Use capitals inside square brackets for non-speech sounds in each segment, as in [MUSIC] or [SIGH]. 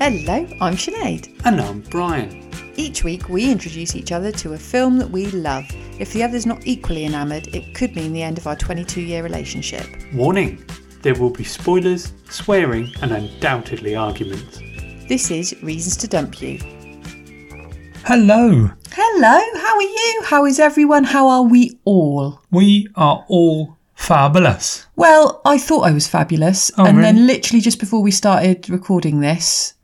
Hello, I'm Sinead. And I'm Brian. Each week we introduce each other to a film that we love. If the other's not equally enamoured, it could mean the end of our 22 year relationship. Warning there will be spoilers, swearing, and undoubtedly arguments. This is Reasons to Dump You. Hello. Hello, how are you? How is everyone? How are we all? We are all fabulous. Well, I thought I was fabulous. Oh, and then, really? literally, just before we started recording this,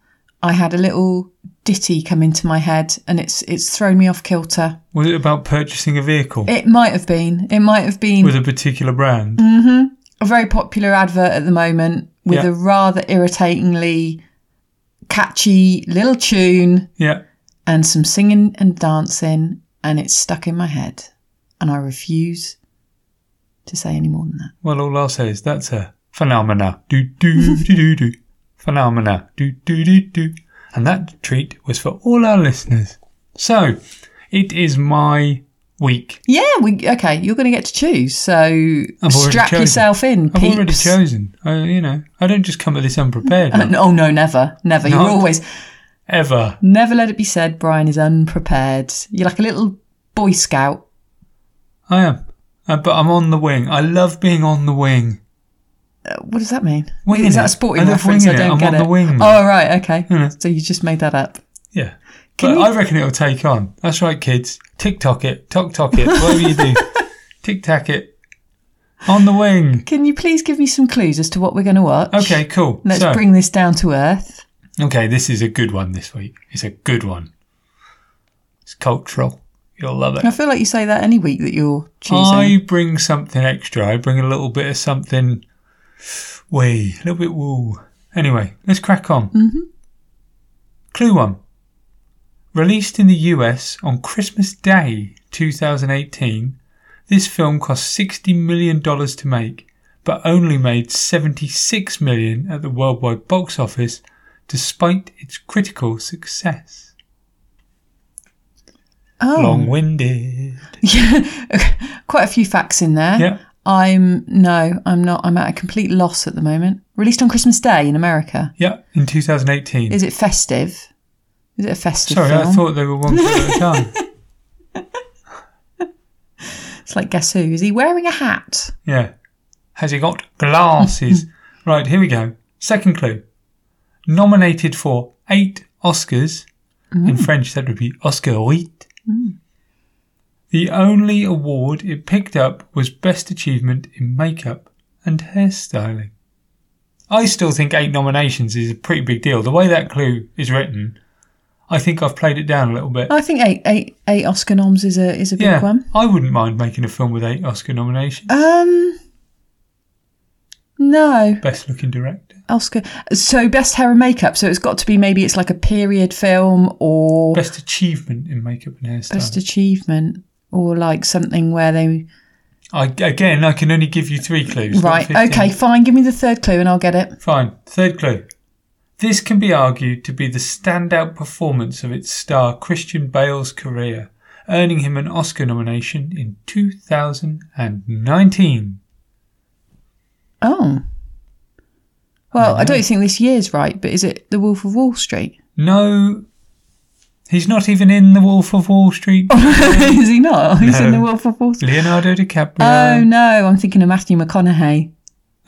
I had a little ditty come into my head and it's it's thrown me off kilter. Was it about purchasing a vehicle It might have been. It might have been with a particular brand? a very popular advert at the moment with Yeah. a rather irritatingly catchy little tune Yeah. and some singing and dancing, and it's stuck in my head. And I refuse to say any more than that. Well, all I'll say is that's a phenomena. Do do do do do. Phenomena. Do do do do. And that treat was for all our listeners. So, it is my week. Yeah, we okay. You're going to get to choose, so I've already strap chosen. yourself in, I've already peeps. chosen. I, you know, I don't just come at this unprepared. Uh, no- Oh no, never, never. You're Not- always Ever. never let it be said. Brian is unprepared. You're like a little boy scout. I am. Uh, but I'm on the wing. I love being on the wing. Uh, What does that mean? Winging is that it. a sporting I love reference? winging I it. don't I'm get on it. the wing, man. Oh right, okay. Yeah. So you just made that up. Yeah. Can but you- I reckon it'll take on. That's right, kids. Tick tock it, tock tock it, whatever you [LAUGHS] do. Tick tack it. On the wing. Can you please give me some clues as to what we're going to watch? Okay, cool. Let's so, bring this down to earth. okay, this is a good one this week. It's a good one. It's cultural. You'll love it. I feel like you say that any week that you're choosing. I bring something extra. I bring a little bit of something wee, a little bit woo. Anyway, let's crack on. Mm-hmm. Clue one. Released in the US on Christmas Day 2018, this film cost $60 million to make, but only made $76 million at the worldwide box office despite its critical success. oh, Long winded. [LAUGHS] yeah, quite a few facts in there. Yeah. I'm no, I'm not. I'm at a complete loss at the moment. Released on Christmas Day in America. Yeah, in 2018. Is it festive? Is it a festive Sorry, film? I thought they were one [LAUGHS] clue at a time. it's like Guess Who? Is he wearing a hat? Yeah. Has he got [LAUGHS] glasses? right, here we go. Second clue. Nominated for eight Oscars. In Mm. French, that would be Oscar 8. The only award it picked up was Best Achievement in Makeup and Hairstyling. I still think eight nominations is a pretty big deal. The way that clue is written, I think I've played it down a little bit. I think eight, eight, eight Oscar noms is a is a Oh, big yeah, one. I wouldn't mind making a film with eight Oscar nominations. Um, no. Best Looking Director. Oscar. So best hair and makeup. So it's got to be maybe it's like a period film or best, Best achievement in makeup and hairstyling. achievement or like something where they I, again, I can only give you three clues. not right. 15. Okay, fine. Give me the third clue and I'll get it. Fine. Third clue. This can be argued to be the standout performance of its star Christian Bale's career, earning him an Oscar nomination in 2019. Oh. Well, I, I know. don't think this year's right, but is it The Wolf of Wall [LAUGHS] Street? [LAUGHS] No, he's not even in The Wolf of Wall Street. Oh. is he not? He's in No. The Wolf of Wall [LAUGHS] Street. Leonardo Oh DiCaprio. no, I'm thinking of Matthew McConaughey.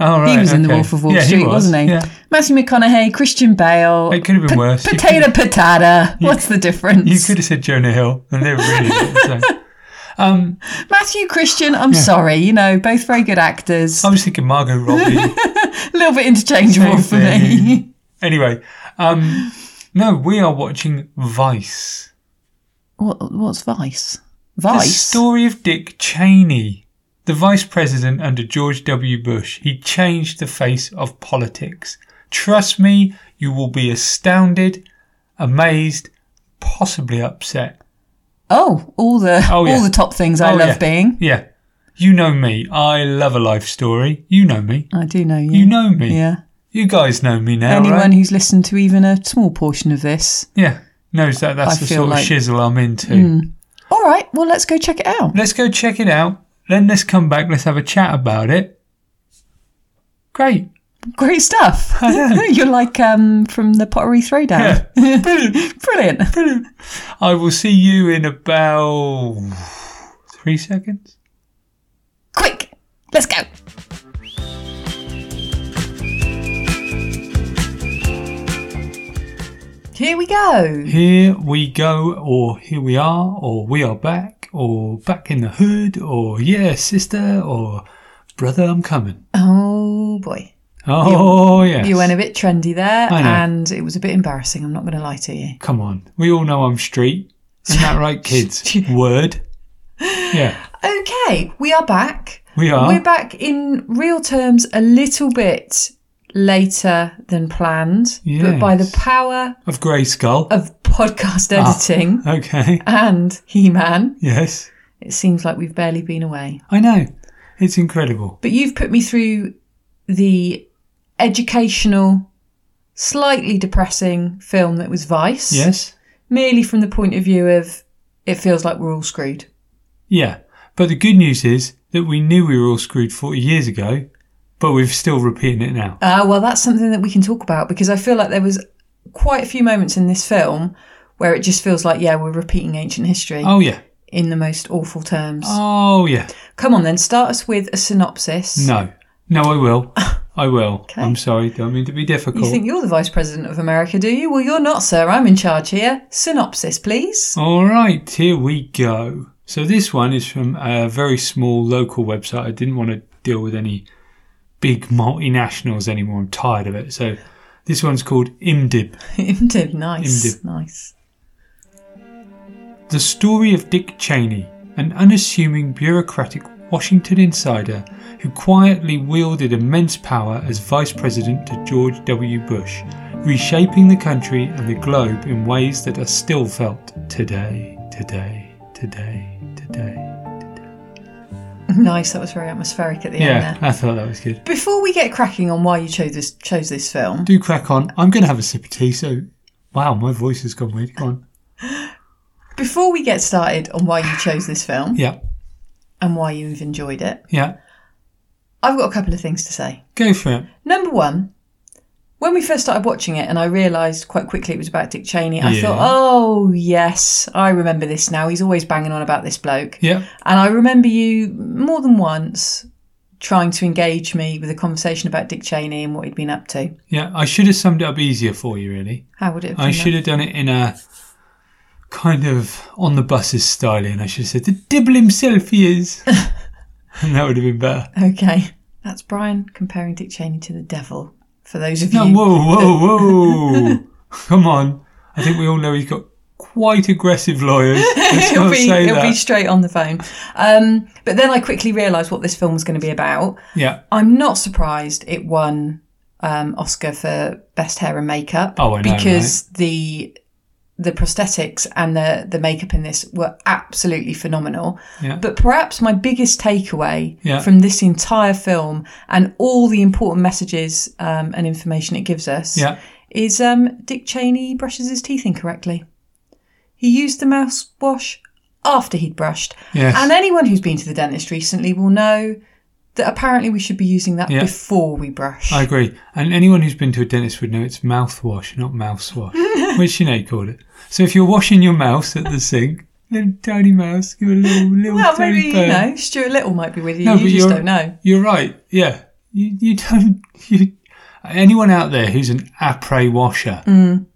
oh, right, he was in The okay. Wolf of Wall Yeah, Street, was. wasn't he? Yeah. Matthew McConaughey, Christian Bale. It could have been pot- worse. You [LAUGHS] Potato, patata. You- What's the difference? You could have said Jonah Hill, and they're really not the [LAUGHS] same. Um, Matthew Christian, I'm sorry, you know, both very good actors. I was thinking Margot [LAUGHS] Robbie. a little bit interchangeable Um, Same for me. thing. anyway, um, no, we are watching Vice. What, what's Vice? The Vice? story of Dick Cheney, the vice president under George W. Bush. He changed the face of politics. Trust me, you will be astounded, amazed, possibly upset. oh, all the Oh, yeah. all the top things I Oh, love yeah. being. Yeah. You know me. I love a life story. You know me. I do know you. You know me. yeah. You guys know me now, Anyone right? who's listened to even a small portion of this. Yeah. Knows that that's I the feel sort like- Hmm. of shizzle I'm into. All right, well, let's go check it out. Let's go check it out. Then let's come back. Let's have a chat about it. Great. Great stuff. [LAUGHS] [LAUGHS] You're like um, from the pottery throwdown. [LAUGHS] Brilliant. Brilliant. I will see you in about three seconds. Quick, let's go. Here we go. Here we go, or here we are, or we are back, or back in the hood, or yeah, sister, or brother, I'm coming. Oh boy. Oh, yeah. You went a bit trendy there I know. and it was a bit embarrassing. I'm not going to lie to you. Come on. We all know I'm street. Isn't [LAUGHS] that right, kids? Word. Yeah, Okay, we are back. we are. We're back in real terms a little bit later than planned, but by the Yes. Ah. power Of Greyskull. of podcast editing Okay. [LAUGHS] and He Man, Yes. it seems like we've barely been away. I know. It's incredible. But you've put me through the educational, slightly depressing film that was Vice, Yes? merely from the point of view of it feels like we're all screwed. Yeah. But the good news is that we knew we were all screwed 40 years ago, but we're still repeating it now. Ah, well, that's something that we can talk about because I feel like there was quite a few moments in this film where it just feels like, yeah, we're repeating ancient history Oh, yeah. in the most awful terms. Oh, yeah. Come on, then, start us with a synopsis. No. No, [LAUGHS] I will. I will. Okay. I'm sorry. Don't mean to be difficult. You think you're the Vice President of America, do you? Well, you're not, sir. I'm in charge here. Synopsis, [LAUGHS] please. All right, here we go. So this one is from a very small local website. I didn't want to deal with any big multinationals anymore. I'm tired of it. So this one's called IMDib. Imdib, nice. Imdib. Nice. The story of Dick Cheney, an unassuming bureaucratic Washington insider who quietly wielded immense power as vice president to George W. Bush, reshaping the country and the globe in ways that are still felt today, today, today, today. Nice. That was very atmospheric at the end Mm-hmm. Yeah, there. I thought that was good. Before we get cracking on why you chose this chose this film, Do crack on. I'm going to have a sip of tea, so. Wow, my voice has gone weird. Go on. before we get started on why you chose this film Yeah, and why you've enjoyed it, yeah. I've got a couple of things to say. Go for it. Number one, when we first started watching it and I realised quite quickly it was about Dick Cheney, I Yeah. thought, oh, yes, I remember this now. He's always banging on about this bloke. Yeah, And I remember you more than once trying to engage me with a conversation about Dick Cheney and what he'd been up to. yeah. I should have summed it up easier for you, really. How would it have I been should have done it in a kind of on the buses style, and I should have said, the dibble himself he [LAUGHS] is. and that would have been better. done? Okay. That's Brian comparing Dick Cheney to the devil, for those of No, you. whoa, [LAUGHS] whoa, whoa. Come on. I think we all know he's got quite [LAUGHS] aggressive lawyers. Let's it'll not be, say it'll be that. straight on the phone. Um, but then I quickly realised what this film was going to be about. yeah. I'm not surprised it won um, Oscar for best hair and makeup. Oh, I know, because the the prosthetics and the the makeup in this were absolutely phenomenal. Yeah. But perhaps my biggest takeaway Yeah. from this entire film and all the important messages um, and information it gives us Yeah. is um, Dick Cheney brushes his teeth incorrectly. He used the mouthwash after he'd brushed. Yes. And anyone who's been to the dentist recently will know that apparently we should be using that Yeah. before we brush. I agree. And anyone who's been to a dentist would know it's mouthwash, not mouthwash, [LAUGHS] which Sinead called it. So if you're washing your mouth at the sink, little tiny mouse, give a little, little well, tiny maybe, you purr. know, Stuart Little might be with you. No, you but just you're- don't know. [LAUGHS] You're right. Yeah. You, you don't. [LAUGHS] You, anyone out there who's an après washer, Mm.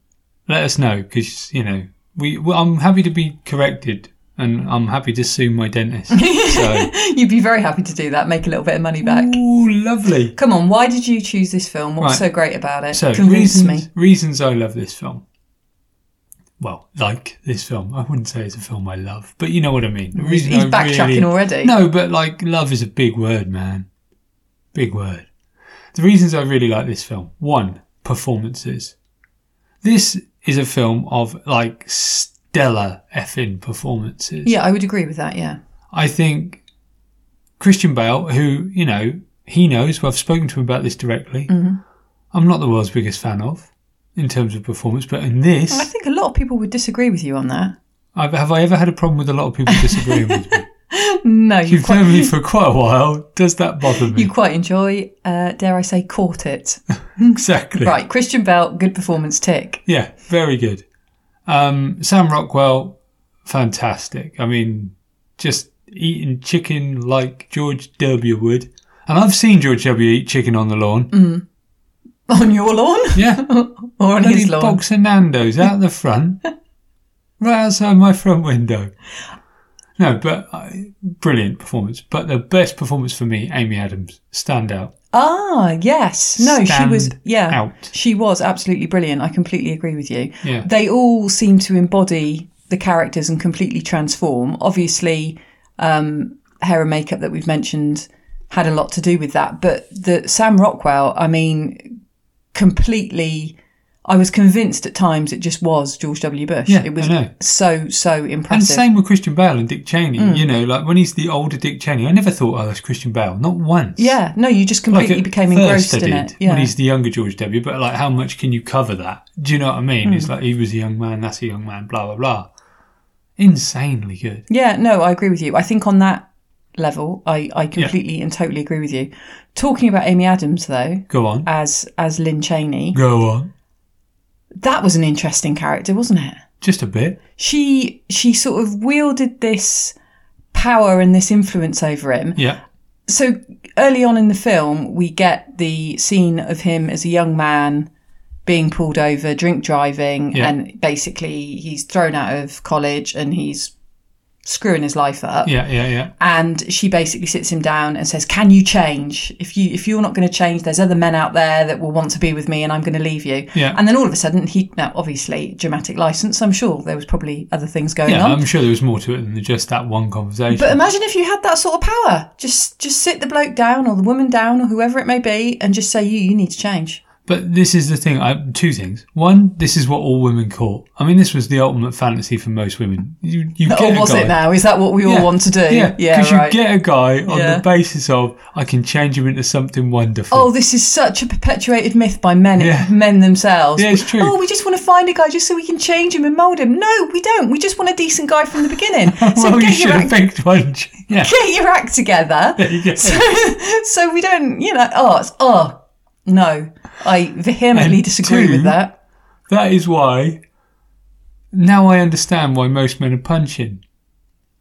let us know because, you know, we. Well, I'm happy to be corrected and I'm happy to sue my dentist. so, You'd be very happy to do that, make a little bit of money [LAUGHS] back. ooh, lovely. Come on, why did you choose this film? What's Mm. Right. so great about it? So Convince reasons, me. reasons I love this film. Well, like this film, I wouldn't say it's a film I love, but you know what I mean. The reason He's I backtracking really- already. No, but like love is a big word, man. Big word. The reasons I really like this film. One, performances. This is a film of like stellar effing performances. Yeah, I would agree with that, yeah. I think Christian Bale, who, you know, he knows, well, I've spoken to him about this directly. Mm-hmm. I'm not the world's biggest fan of in terms of performance, but in I this, think a lot of people would disagree with you on that. I've, have I ever had a problem with a lot of people disagreeing with me? no, [LAUGHS] you You've quite, known me for quite a while. Does that bother me? you quite enjoy, uh, dare I say, caught it. exactly. Right, Christian Bell, good performance tick. Yeah, very good. Um, Sam Rockwell, fantastic. I mean, just eating chicken like George W. would. And I've seen George W. eat chicken on the lawn. On your lawn Yeah. or Mm. [LAUGHS] on Bloody his lawn? box of Nando's out [LAUGHS] the front, right outside my front window. No, but uh, brilliant performance. But the best performance for me, Amy Adams, stand out. Ah, yes. No, she was. Stand Yeah, out. she was absolutely brilliant. I completely agree with you. Yeah. They all seem to embody the characters and completely transform. Obviously, um, hair and makeup that we've mentioned had a lot to do with that. But the Sam Rockwell, I mean, completely. I was convinced at times it just was George W. Bush. Yeah, it was I know. so so And impressive. same with Christian Bale and Dick Cheney. Mm. You know, like when he's the older Dick Cheney, I never thought, oh, that's Christian Bale. Not once. yeah, no, you just Like completely at became first engrossed I in did it. Yeah, when he's the younger George W. But like, how much can you cover that? Do you know what I mean? Hmm. It's like he was a young man, that's a young man, blah blah blah. Insanely good. Yeah, no, I agree with you. I think on that level, I, I completely and totally agree with you. Talking about Amy Adams though, Go on, as as Lynn Cheney, go on. that was an interesting character, wasn't it? Just a bit. She she sort of wielded this power and this influence over him. Yeah, So early on in the film, we get the scene of him as a young man being pulled over, drink driving, Yeah. and basically he's thrown out of college and he's screwing his life up. yeah, yeah, yeah. and she basically sits him down and says can you change if you if you're not going to change there's other men out there that will want to be with me and i'm going to leave you Yeah. and then all of a sudden he now obviously dramatic license i'm sure there was probably other things going Yeah, on I'm sure there was more to it than just that one conversation. but imagine if you had that sort of power just just sit the bloke down or the woman down or whoever it may be and just say you you need to change But this is the thing. I, two things. One, this is what all women caught. I mean, this was the ultimate fantasy for most women. You, you get or was a guy. it now is that what we all Yeah, want to do Yeah, because right you get a guy on Yeah. the basis of I can change him into something wonderful. Oh, this is such a perpetuated myth by men Yeah. men themselves. Yeah, it's true. Oh, we just want to find a guy just so we can change him and mold him. No, we don't. We just want a decent guy from the beginning. So [LAUGHS] well, you get, should your have act, [LAUGHS] picked one. [LAUGHS] Yeah, get your act together. yeah. [LAUGHS] so we don't, you know. Oh, it's, oh no, I vehemently And disagree two- with that. [LAUGHS] that is why. Now I understand why most men are punching.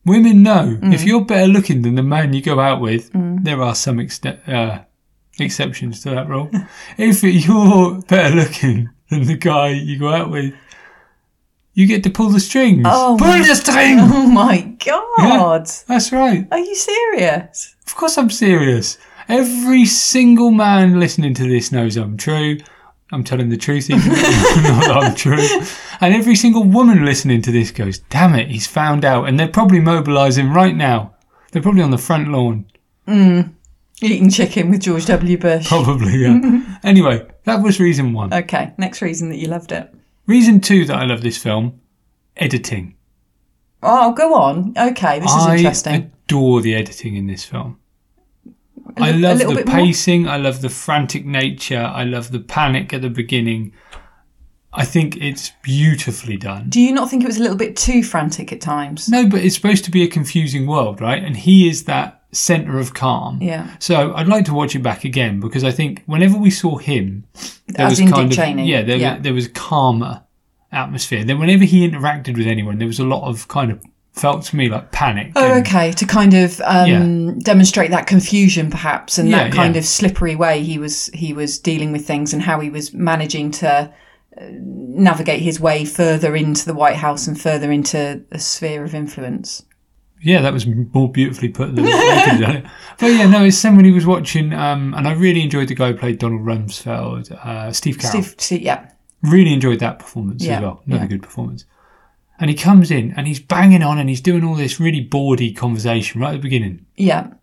Women know if you're better looking than the man you go out with, there are some exte- uh, exceptions to that rule. [LAUGHS] if you're better looking than the guy you go out with, you get to pull the strings. Oh. pull the string. Oh my god, That's right. are you serious? Of course, I'm serious. Every single man listening to this knows I'm true. I'm telling the truth, even though not that I'm true. And every single woman listening to this goes, damn it, he's found out. And they're probably mobilising right now. They're probably on the front lawn. [LAUGHS] Eating chicken with George W. Bush. Probably, yeah. anyway, that was reason one. Okay, next reason that you loved it. Reason two that I love this film editing. Oh, go on. Okay, this is I interesting. adore the editing in this film. I li- a love little the bit more? pacing. I love the frantic nature. I love the panic at the beginning. I think it's beautifully done. Do you not think it was a little bit too frantic at times? No, but it's supposed to be a confusing world, right? And he is that center of calm. Yeah. So I'd like to watch it back again because I think whenever we saw him, there As was in Dick kind of Cheney. yeah, there, Yeah. Was, there was calmer atmosphere. Then whenever he interacted with anyone, there was a lot of kind of felt to me like panic. Oh, and- okay. To kind of um, demonstrate that confusion, perhaps, and Yeah, that kind yeah. of slippery way he was he was dealing with things, and how he was managing to uh, navigate his way further into the White House and further into a sphere of influence. Yeah, that was more beautifully put than I could [LAUGHS] have done it. But yeah, no, it's somebody was watching, um, and I really enjoyed the guy who played Donald Rumsfeld, uh, Steve Carell. Steve, Steve- yeah, Really enjoyed that performance Yeah, as well. Another yeah. good performance. And he comes in and he's banging on and he's doing all this really bawdy conversation right at the beginning. yeah,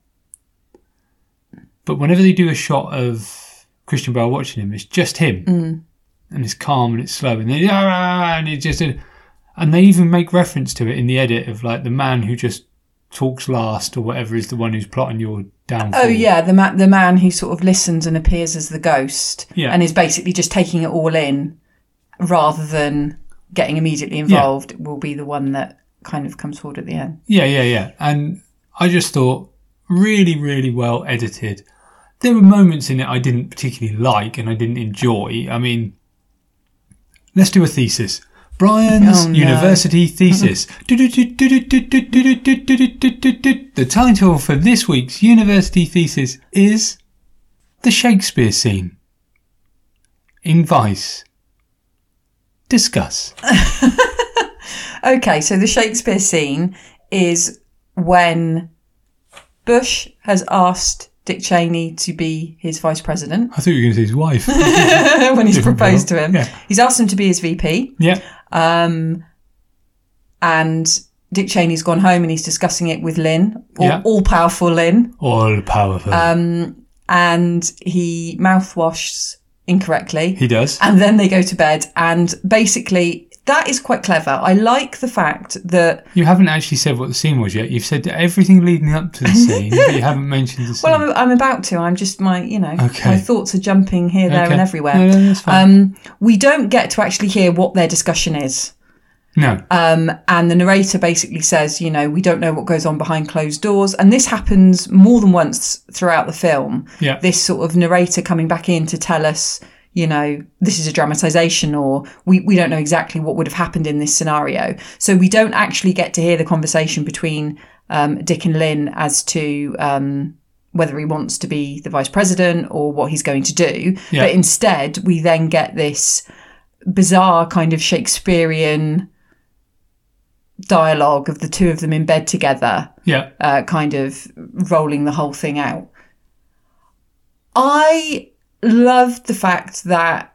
But whenever they do a shot of Christian Bale watching him, it's just him, and it's calm and it's slow, and they "Ah," and it just and they even make reference to it in the edit of like the man who just talks last or whatever is the one who's plotting your downfall. oh yeah. The man, the man who sort of listens and appears as the ghost, Yeah. and is basically just taking it all in, rather than getting immediately involved, will be the one that kind of comes forward at the end. yeah, yeah, yeah. And I just thought really, really well edited. There were moments in it I didn't particularly like and I didn't enjoy. I mean, let's do a thesis. Brian's Oh, no. [LAUGHS] university thesis. The title for this week's university thesis is The Shakespeare Scene in Vice. Discuss. Okay, so the Shakespeare scene is when Bush has asked Dick Cheney to be his vice president [LAUGHS] I thought you were going to say his wife. when he's Different proposed to girl. him. Yeah. He's asked him to be his VP. yeah. and Dick Cheney's gone home and he's discussing it with Lynn, all, Yeah. all powerful Lynn, All powerful. Um, and he mouthwashes incorrectly. he does. and then they go to bed. And basically, that is quite clever. I like the fact that, You haven't actually said what the scene was yet. You've said everything leading up to the scene, but you haven't mentioned the [LAUGHS] scene. well, I'm, I'm about to, I'm just my, you know, Okay. my thoughts are jumping here, there, Okay. and everywhere. No, no, that's fine. Um, we don't get to actually hear what their discussion is. no. uh, and the narrator basically says, you know, we don't know what goes on behind closed doors. And this happens more than once throughout the film. Yeah. This sort of narrator coming back in to tell us, you know, this is a dramatization or we, we don't know exactly what would have happened in this scenario. So we don't actually get to hear the conversation between um, Dick and Lynn as to um, whether he wants to be the vice president or what he's going to do. Yeah. But instead, we then get this bizarre kind of Shakespearean dialogue of the two of them in bed together, yeah. uh, kind of rolling the whole thing out. I loved the fact that,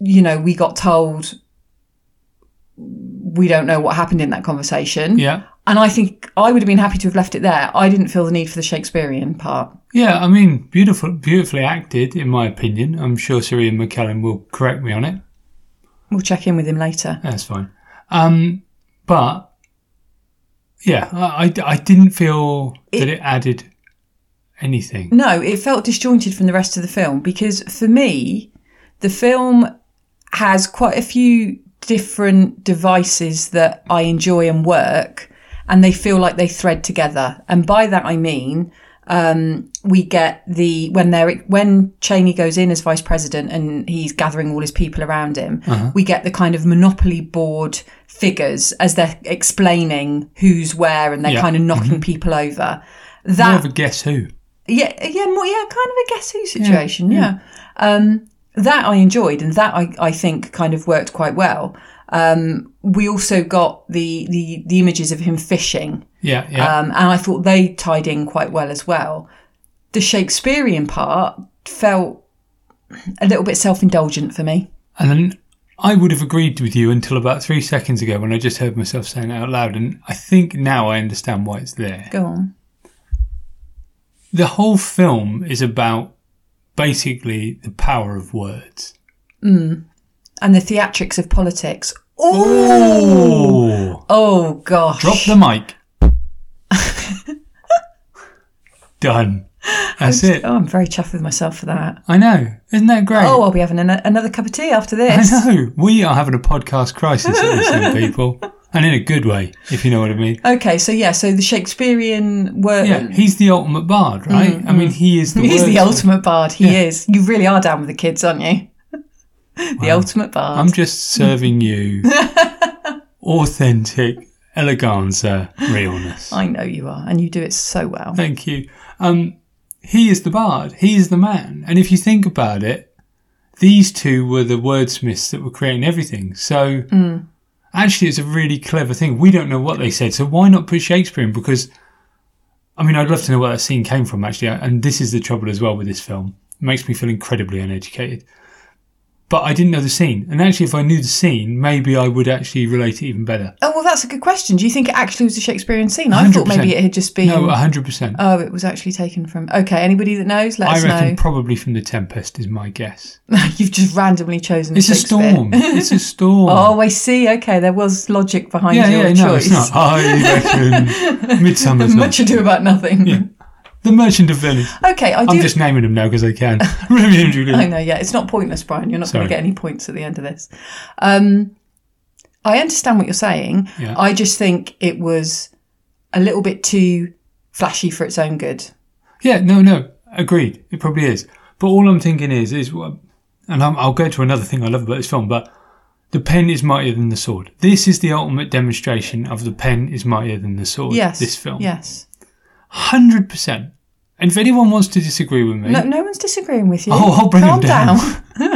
you know, we got told we don't know what happened in that conversation. Yeah. And I think I would have been happy to have left it there. I didn't feel the need for the Shakespearean part. Yeah. I mean, beautiful, beautifully acted, in my opinion. I'm sure Siri and McKellen will correct me on it. We'll check in with him later. That's fine. Um, but yeah, I, I- I didn't feel that it added anything. No, it felt disjointed from the rest of the film because for me, the film has quite a few different devices that I enjoy and work, and they feel like they thread together. And by that I mean, um, we get the when they're when Cheney goes in as vice president and he's gathering all his people around him, Uh-huh. we get the kind of monopoly board figures as they're explaining who's where and they're Yeah. Mm-hmm. kind of knocking people over. More That of a guess who. yeah, yeah, more, yeah, kind of a guess who situation. Yeah, Um, that I enjoyed, and that I, I think kind of worked quite well. Um, we also got the, the the images of him fishing, Yeah. Yeah. um, and I thought they tied in quite well as well. The Shakespearean part felt a little bit self indulgent for me. And then I would have agreed with you until about three seconds ago when I just heard myself saying it out loud. And I think now I understand why it's there. Go on. The whole film is about basically the power of words. And the theatrics of politics. Oh, Oh, oh gosh. drop the mic. [LAUGHS] Done. That's it. Oh, I'm very chuffed with myself for that. I know. Isn't that great? Oh, I'll be having an- another cup of tea after I this. know. We are having a podcast crisis at this end, people. And in a good way, if you know what I mean. Okay, so yeah, so the Shakespearean word. Yeah, he's the ultimate bard, right? I mean, he is [LAUGHS] the Mm. Mm-hmm. He's the wordsmith. ultimate bard. He is. You really are down with the kids, aren't you? [LAUGHS] the ultimate bard. I'm just [LAUGHS] serving you authentic eleganza realness. I know you are, and you do it so well. Thank you. Um, he is the bard. He is the man. And if you think about it, these two were the wordsmiths that were creating everything. So Mm. actually, it's a really clever thing. We don't know what they said, so why not put Shakespeare in? Because I mean, I'd love to know where that scene came from, actually. And this is the trouble as well with this film. It makes me feel incredibly uneducated. But I didn't know the scene. And actually, if I knew the scene, maybe I would actually relate it even better. Oh well, that's a good question. Do you think it actually was a Shakespearean scene? I thought 100%. maybe it had just been. No, uh, 100%. oh, it was actually taken from. Okay, anybody that knows, let I us reckon know. probably from The Tempest is my guess. [LAUGHS] You've just randomly chosen. It's a Shakespeare. storm. It's a storm. [LAUGHS] Oh, I see. Okay, there was logic behind yeah, your yeah, choice. no, it's not. I [LAUGHS] reckon Midsummer's Much not. ado about nothing. The Merchant of Venice. Okay, I do. I'm just naming them now because [LAUGHS] I can. Romeo and Juliet. I know, yeah. It's not pointless, Brian. You're not going to Mm. Sorry. get any points at the end of this. Um, I understand what you're saying. Yeah. I just think it was a little bit too flashy for its own good. Yeah, no, no, agreed. It probably is. But all I'm thinking is, is what, and I'm, I'll go to another thing I love about this film, but the pen is mightier than the sword. This is the ultimate demonstration of the pen is mightier than the sword. Yes. This film. Yes. Hundred percent. And if anyone wants to disagree with me, No, no one's disagreeing with you. Oh, I'll bring Calm them down. [LAUGHS] [LAUGHS]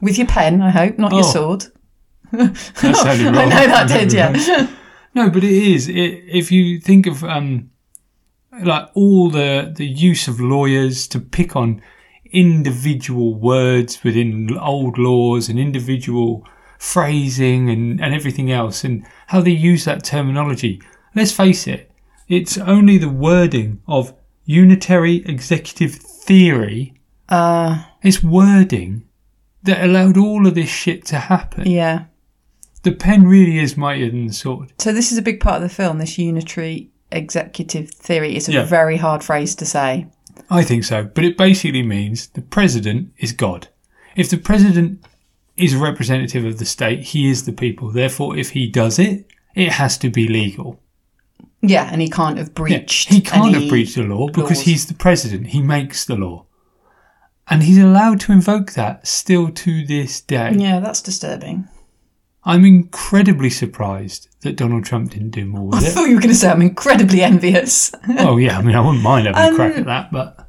with your pen, I hope, not your Oh. sword. [LAUGHS] that sounded I wrong. know that did, yeah. No, but it is. It, if you think of um, like all the the use of lawyers to pick on individual words within l- old laws and individual phrasing and, and everything else, and how they use that terminology. Let's face it, it's only the wording of unitary executive theory. Uh, It's wording that allowed all of this shit to happen. yeah. The pen really is mightier than the sword. So this is a big part of the film. This unitary executive theory is a Yeah. very hard phrase to say. I think so, but it basically means the president is God. If the president is a representative of the state, he is the people. Therefore, if he does it, it has to be legal. Yeah, and he can't have Yeah, breached. he can't any- have breached the law because laws. he's the president. He makes the law. And he's allowed to invoke that still to this day. Yeah, that's disturbing. I'm incredibly surprised that Donald Trump didn't do more I with it. [LAUGHS] thought you were going to say I'm incredibly envious. oh, yeah, I mean, I wouldn't mind having a crack Um, at that, but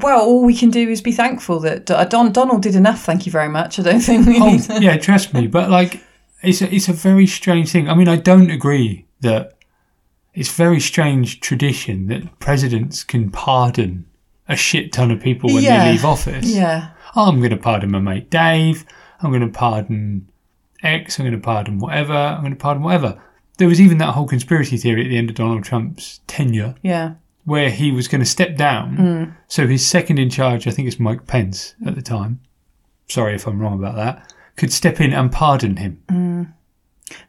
well, all we can do is be thankful that uh, Don Donald did enough. Thank you very much. I don't think we need. [LAUGHS] oh, yeah, trust me. But like, it's a, it's a very strange thing. I mean, I don't agree that it's very strange tradition that presidents can pardon a shit ton of people when Yeah. they leave office. Yeah, Oh, I'm going to pardon my mate Dave. I'm going to pardon X. I'm going to pardon whatever. I'm going to pardon whatever. There was even that whole conspiracy theory at the end of Donald Trump's tenure yeah, where he was going to step down. So his second in charge, I think it's Mike Pence at the time. Sorry if I'm wrong about that. Could step in and pardon him.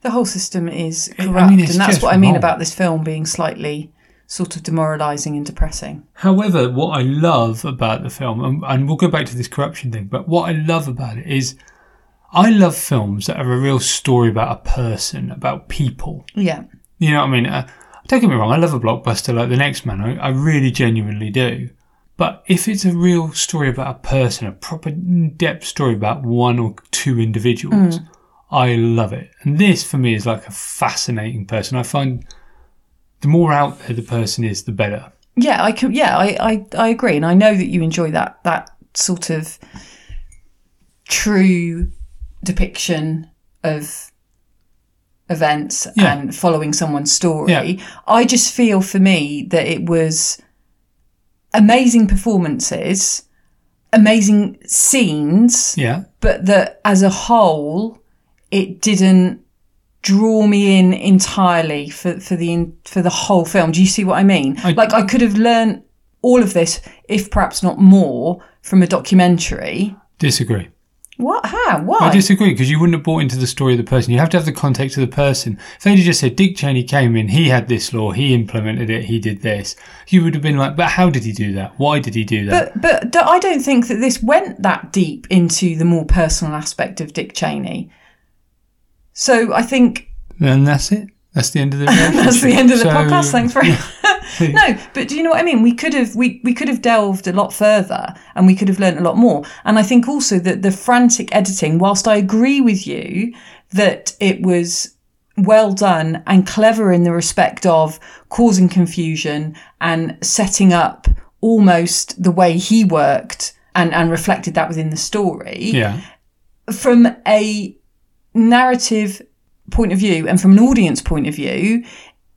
the whole system is I mean, corrupt, it's and that's just what I mean wrong. about this film being slightly sort of demoralising and depressing. However, what I love about the film, and, and we'll go back to this corruption thing, but what I love about it is I love films that are a real story about a person, about people. Yeah, You know what I mean? Uh, don't get me wrong, I love a blockbuster like The Next Man. I, I really genuinely do. But if it's a real story about a person, a proper in depth story about one or two individuals, I love it. And this for me is like a fascinating person. I find the more out there the person is, the better. yeah, I can. Yeah, I, I, I agree, and I know that you enjoy that that sort of true depiction of events Yeah. and following someone's story. Yeah. I just feel for me that it was amazing performances, amazing scenes, Yeah. but that as a whole, it didn't draw me in entirely for, for the in- for the whole film. Do you see what I mean? like I could have learned all of this, if perhaps not more, from a documentary. Disagree. What? How? Why? I disagree because you wouldn't have bought into the story of the person. You have to have the context of the person. If they'd have just said Dick Cheney came in, he had this law, he implemented it, he did this, you would have been like, but how did he do that? Why did he do that? But but do- I don't think that this went that deep into the more personal aspect of Dick Cheney. So I think and that's it. That's the [LAUGHS] end of the. that's the end of the So- podcast. Thanks very [LAUGHS] no, but do you know what I mean? We could have we we could have delved a lot further, and we could have learnt a lot more. And I think also that the frantic editing, whilst I agree with you that it was well done and clever in the respect of causing confusion and setting up almost the way he worked and and reflected that within the story Yeah, from a narrative point of view and from an audience point of view,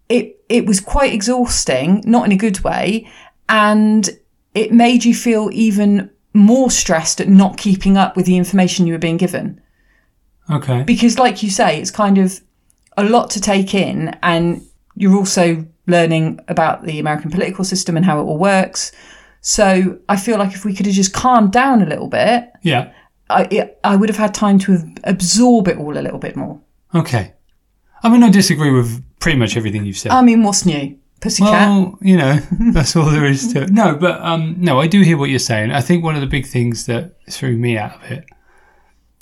it it was quite exhausting, not in a good way, and it made you feel even more stressed at not keeping up with the information you were being given. okay. Because like you say, it's kind of a lot to take in and you're also learning about the American political system and how it all works. So I feel like if we could have just calmed down a little bit Yeah, I it, I would have had time to ab- absorb it all a little bit more. okay. I mean, I disagree with pretty much everything you've said. I mean, what's new, Pussycat? Well, you know, [LAUGHS] that's all there is to it. No, but um, no, I do hear what you're saying. I think one of the big things that threw me out of it,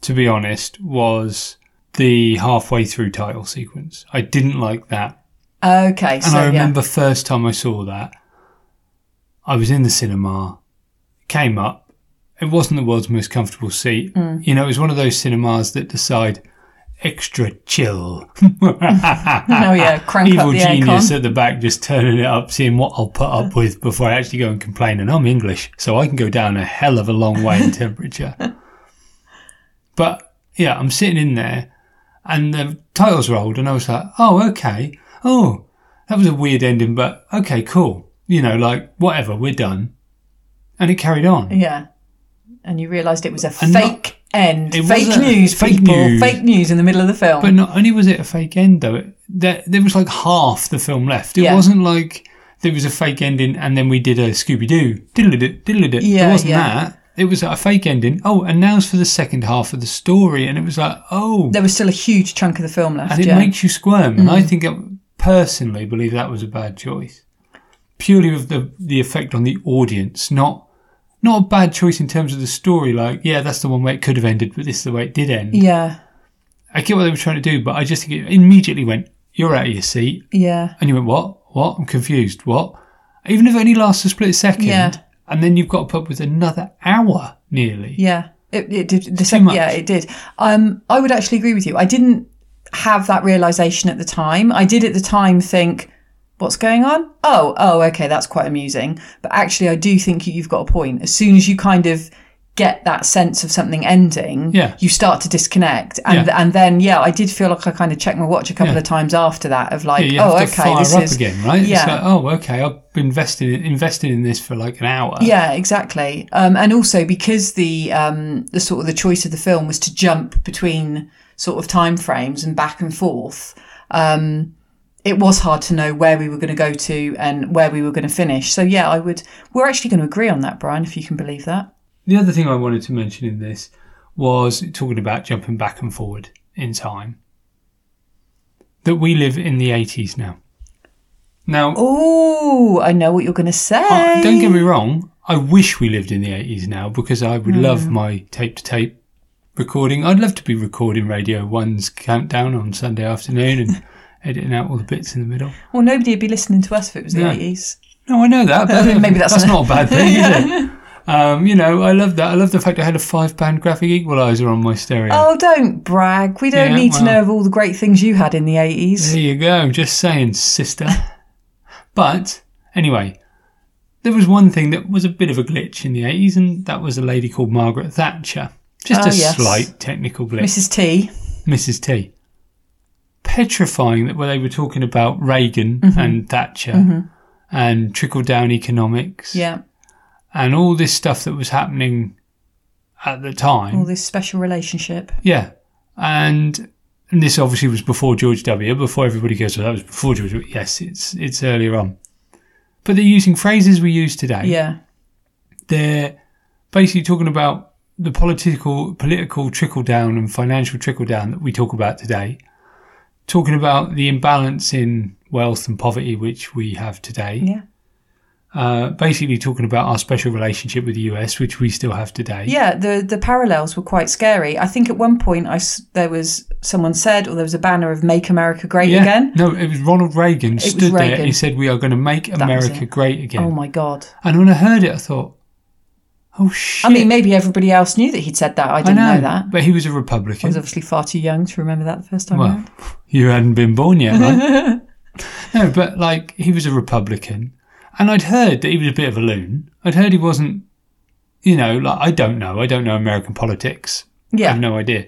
to be honest, was the halfway through title sequence. I didn't like that Okay, And so I yeah. remember first time I saw that, I was in the cinema, came up. It wasn't the world's most comfortable seat. You know, it was one of those cinemas that decide extra chill. [LAUGHS] [LAUGHS] Oh yeah, crank Evil up the genius aircon. at the back just turning it up, seeing what I'll put up with before I actually go and complain. And I'm English, so I can go down a hell of a long way in [LAUGHS] temperature. But yeah, I'm sitting in there and the titles rolled, and I was like, oh, okay. Oh, that was a weird ending, but okay, cool. You know, like, whatever, we're done. And it carried on. Yeah, and you realised it was a And not- fake end, It was fake a- news, fake people, news. fake news in the middle of the film. But not only was it a fake end, though, it, there, there was like half the film left. It Yeah. wasn't like there was a fake ending and then we did a Scooby Doo. Diddle-a-dit, diddle-a-dit. Yeah, it wasn't yeah. that. It was a fake ending. Oh, and now's for the second half of the story. And it was like, oh. there was still a huge chunk of the film left. and it yeah. Mm-hmm. makes you squirm. And I think I personally believe that was a bad choice, purely of the the effect on the audience, not not a bad choice in terms of the story. Like, yeah, that's the one way it could have ended, but this is the way it did end. yeah, I get what they were trying to do, but I just think it immediately went, "You're out of your seat," yeah, and you went, "What? What? I'm confused. What?" Even if it only lasts a split second, Yeah. and then you've got to put up with another hour nearly. yeah. It, it did. The sec- much. yeah, it did. Um, I would actually agree with you. I didn't have that realization at the time. I did at the time think, "What's going on? Oh, oh, okay, that's quite amusing." But actually, I do think you- you've got a point. As soon as you kind of get that sense of something ending, Yeah. you start to disconnect, and Yeah. and then yeah, I did feel like I kind of checked my watch a couple Yeah. of times after that of like, Yeah, you have "Oh, to okay, fire this up is again, right? yeah. It's like, oh, okay, I've been invested in, invested in this for like an hour. Yeah, exactly. Um, and also because the um, the sort of the choice of the film was to jump between sort of time frames and back and forth, um, it was hard to know where we were going to go to and where we were going to finish. So yeah, I would. We're actually going to agree on that, Brian, if you can believe that. The other thing I wanted to mention in this was talking about jumping back and forward in time. That we live in the 80s now. Now, Oh, I know what you're going to say. I- Oh, don't get me wrong, I wish we lived in the 80s now because I would love my tape to tape recording. I'd love to be recording Radio 1's countdown on Sunday afternoon [LAUGHS] and editing out all the bits in the middle. well, nobody would be listening to us if it was the No. 80s. No, I know that, [LAUGHS] but Maybe that's- that's, not a bad thing, [LAUGHS] is it? Um, you know, I love that. I love the fact I had a five pound graphic equalizer on my stereo. Oh, don't brag. We don't Yeah, need to well. know of all the great things you had in the 80s. There you go. Just saying, sister. but anyway, there was one thing that was a bit of a glitch in the 80s, and that was a lady called Margaret Thatcher. Just Oh, a yes. slight technical glitch. Mrs. T. Mrs. T. Petrifying that where they were talking about Reagan Mm-hmm. and Thatcher and trickle down economics Yeah. and all this stuff that was happening at the time. All this special relationship. Yeah, and, and this obviously was before George W. Before everybody goes, well, that was before George. W. Yes, it's it's earlier on, but they're using phrases we use today. Yeah. they're basically talking about the political political trickle down and financial trickle down that we talk about today. Talking about the imbalance in wealth and poverty which we have today. Yeah. Uh, basically, talking about our special relationship with the US, which we still have today. Yeah, the the parallels were quite scary. I think at one point I s- there was someone said or there was a banner of "Make America Great Again." No, it was Ronald Reagan was stood there Reagan. and he said, "We are going to make was America it. great again." Oh my god! and when I heard it, I thought, "Oh shit!" I mean, maybe everybody else knew that he'd said that. I didn't know. that. But he was a I Republican. was obviously far too young to remember that the first time. Well, around. you hadn't been born yet, right? [LAUGHS] no, but like he was a Republican, and I'd heard that he was a bit of a loon. I'd heard he wasn't, you know, like I don't know, I don't know American politics. I yeah, have no idea.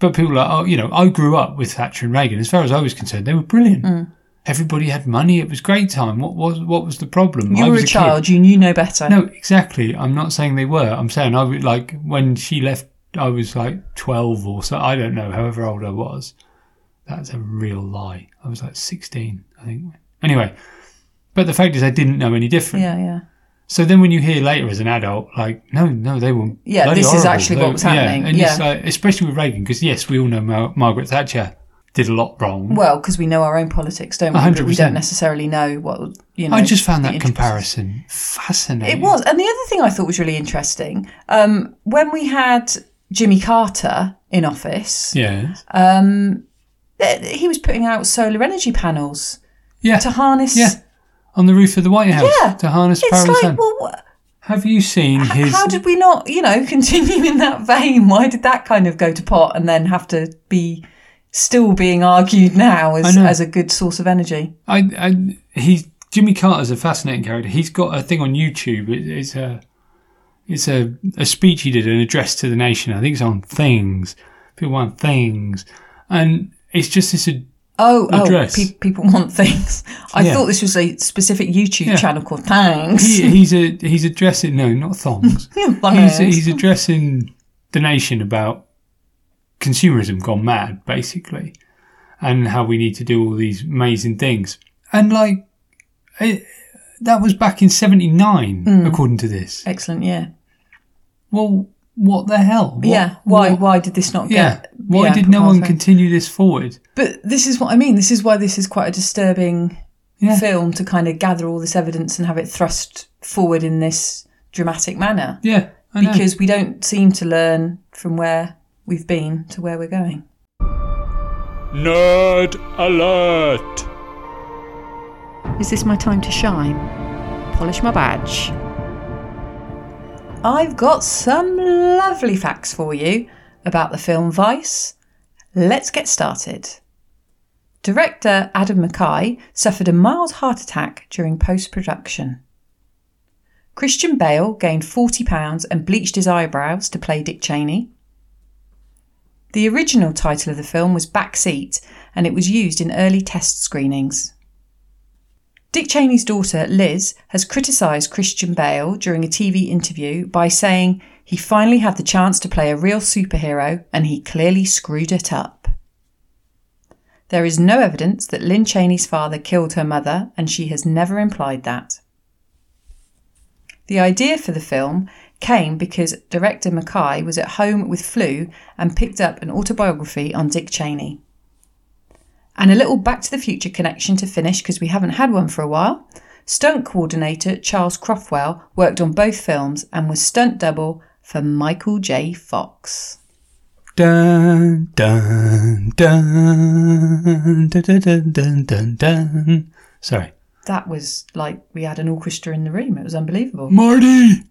But people are, oh, you know, I grew up with Thatcher and Reagan. As far as I was concerned, they were brilliant. Mm. Everybody had money. It was great time. What was what was the problem? I you were was a kid. child. You knew no better. No, exactly. I'm not saying they were. I'm saying I would like when she left. I was like 12 or so. I don't know. However old I was, that's a real lie. I was like 16, I think. Anyway, but the fact is, I didn't know any different. Yeah, yeah. So then, when you hear later as an adult, like, no, no, they were. Yeah, bloody this is horrible. actually They what were- was happening. Yeah, and It's Yeah. like, especially with Reagan, because yes, we all know Mar- Margaret Thatcher did a lot wrong. Well, because we know our own politics, don't we? A hundred But We don't percent. necessarily know what you know. I just found the that interests. comparison fascinating. It was. And the other thing I thought was really interesting um, when we had Jimmy Carter in office. Yeah. that he was putting out solar energy panels Yeah. to harness. Yeah. On the roof of the White House Yeah. to harness It's power of the like, sun. well, wha- Have you seen his? how did we not, you know, [LAUGHS] continue in that vein? Why did that kind of go to pot and then have to be still being argued now as, I know. as a good source of energy? I, I, he's Jimmy Carter's a fascinating character. He's got a thing on YouTube. It, it's a, it's a, a speech he did, an address to the nation. I think it's on things. People want things, and it's just this. ad- Oh, oh Address. pe- people want things. I Yeah. thought this was a specific YouTube Yeah. channel called Thanks. [LAUGHS] He, he's a he's addressing no, not thongs. he's, Thanks. he's addressing the nation about consumerism gone mad, basically, and how we need to do all these amazing things. And like, it, that was back in '79, according to this. Excellent, yeah. Well, what the hell? What- yeah. Why what- why did this not yeah. get Why yeah, did no one Parfait. continue this forward? But this is what I mean. This is why this is quite a disturbing Yeah. film to kind of gather all this evidence and have it thrust forward in this dramatic manner. Yeah, I know. Because we don't seem to learn from where we've been to where we're going. Nerd alert! Is this my time to shine? Polish my badge. I've got some lovely facts for you about the film Vice. Let's get started. Director Adam Mackay suffered a mild heart attack during post production. Christian Bale gained 40 pounds and bleached his eyebrows to play Dick Cheney. The original title of the film was Backseat and it was used in early test screenings. Dick Cheney's daughter, Liz, has criticised Christian Bale during a TV interview by saying he finally had the chance to play a real superhero and he clearly screwed it up. There is no evidence that Lynn Cheney's father killed her mother, and she has never implied that. The idea for the film came because director Mackay was at home with flu and picked up an autobiography on Dick Cheney. And a little Back to the Future connection to finish because we haven't had one for a while. Stunt coordinator Charles Crofwell worked on both films and was stunt double for Michael J. Fox. Dun dun dun dun dun dun dun dun. dun. Sorry, That was like we had an orchestra in the room. It was unbelievable. Marty.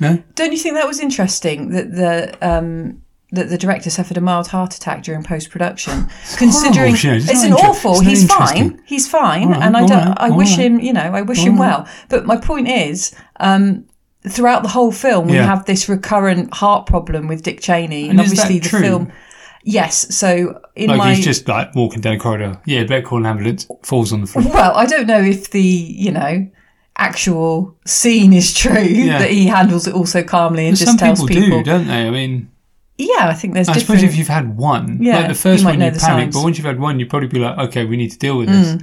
No, Don't you think that was interesting that the um, that the director suffered a mild heart attack during post production? Considering horrible, Sharon. It's it's, not an inter- awful. it's not he's interesting. fine. He's fine, All right, and I all don't. right, I all wish right. him. You know, I wish him well. But my point is. Um, Throughout the whole film, we Yeah. have this recurrent heart problem with Dick Cheney, and, And is that obviously the true? film. Yes, so in like my he's just like walking down a corridor. Yeah, better call an ambulance. Falls on the floor. Well, I don't know if the, you know, actual scene is true that he handles it all so calmly and Some just tells people, people. do, don't they? I mean, Yeah, I think there's I different. suppose if you've had one, Yeah, like the first you might one, know you the panic. signs. Mm, But once you've had one, you'd probably be like, okay, we need to deal with this.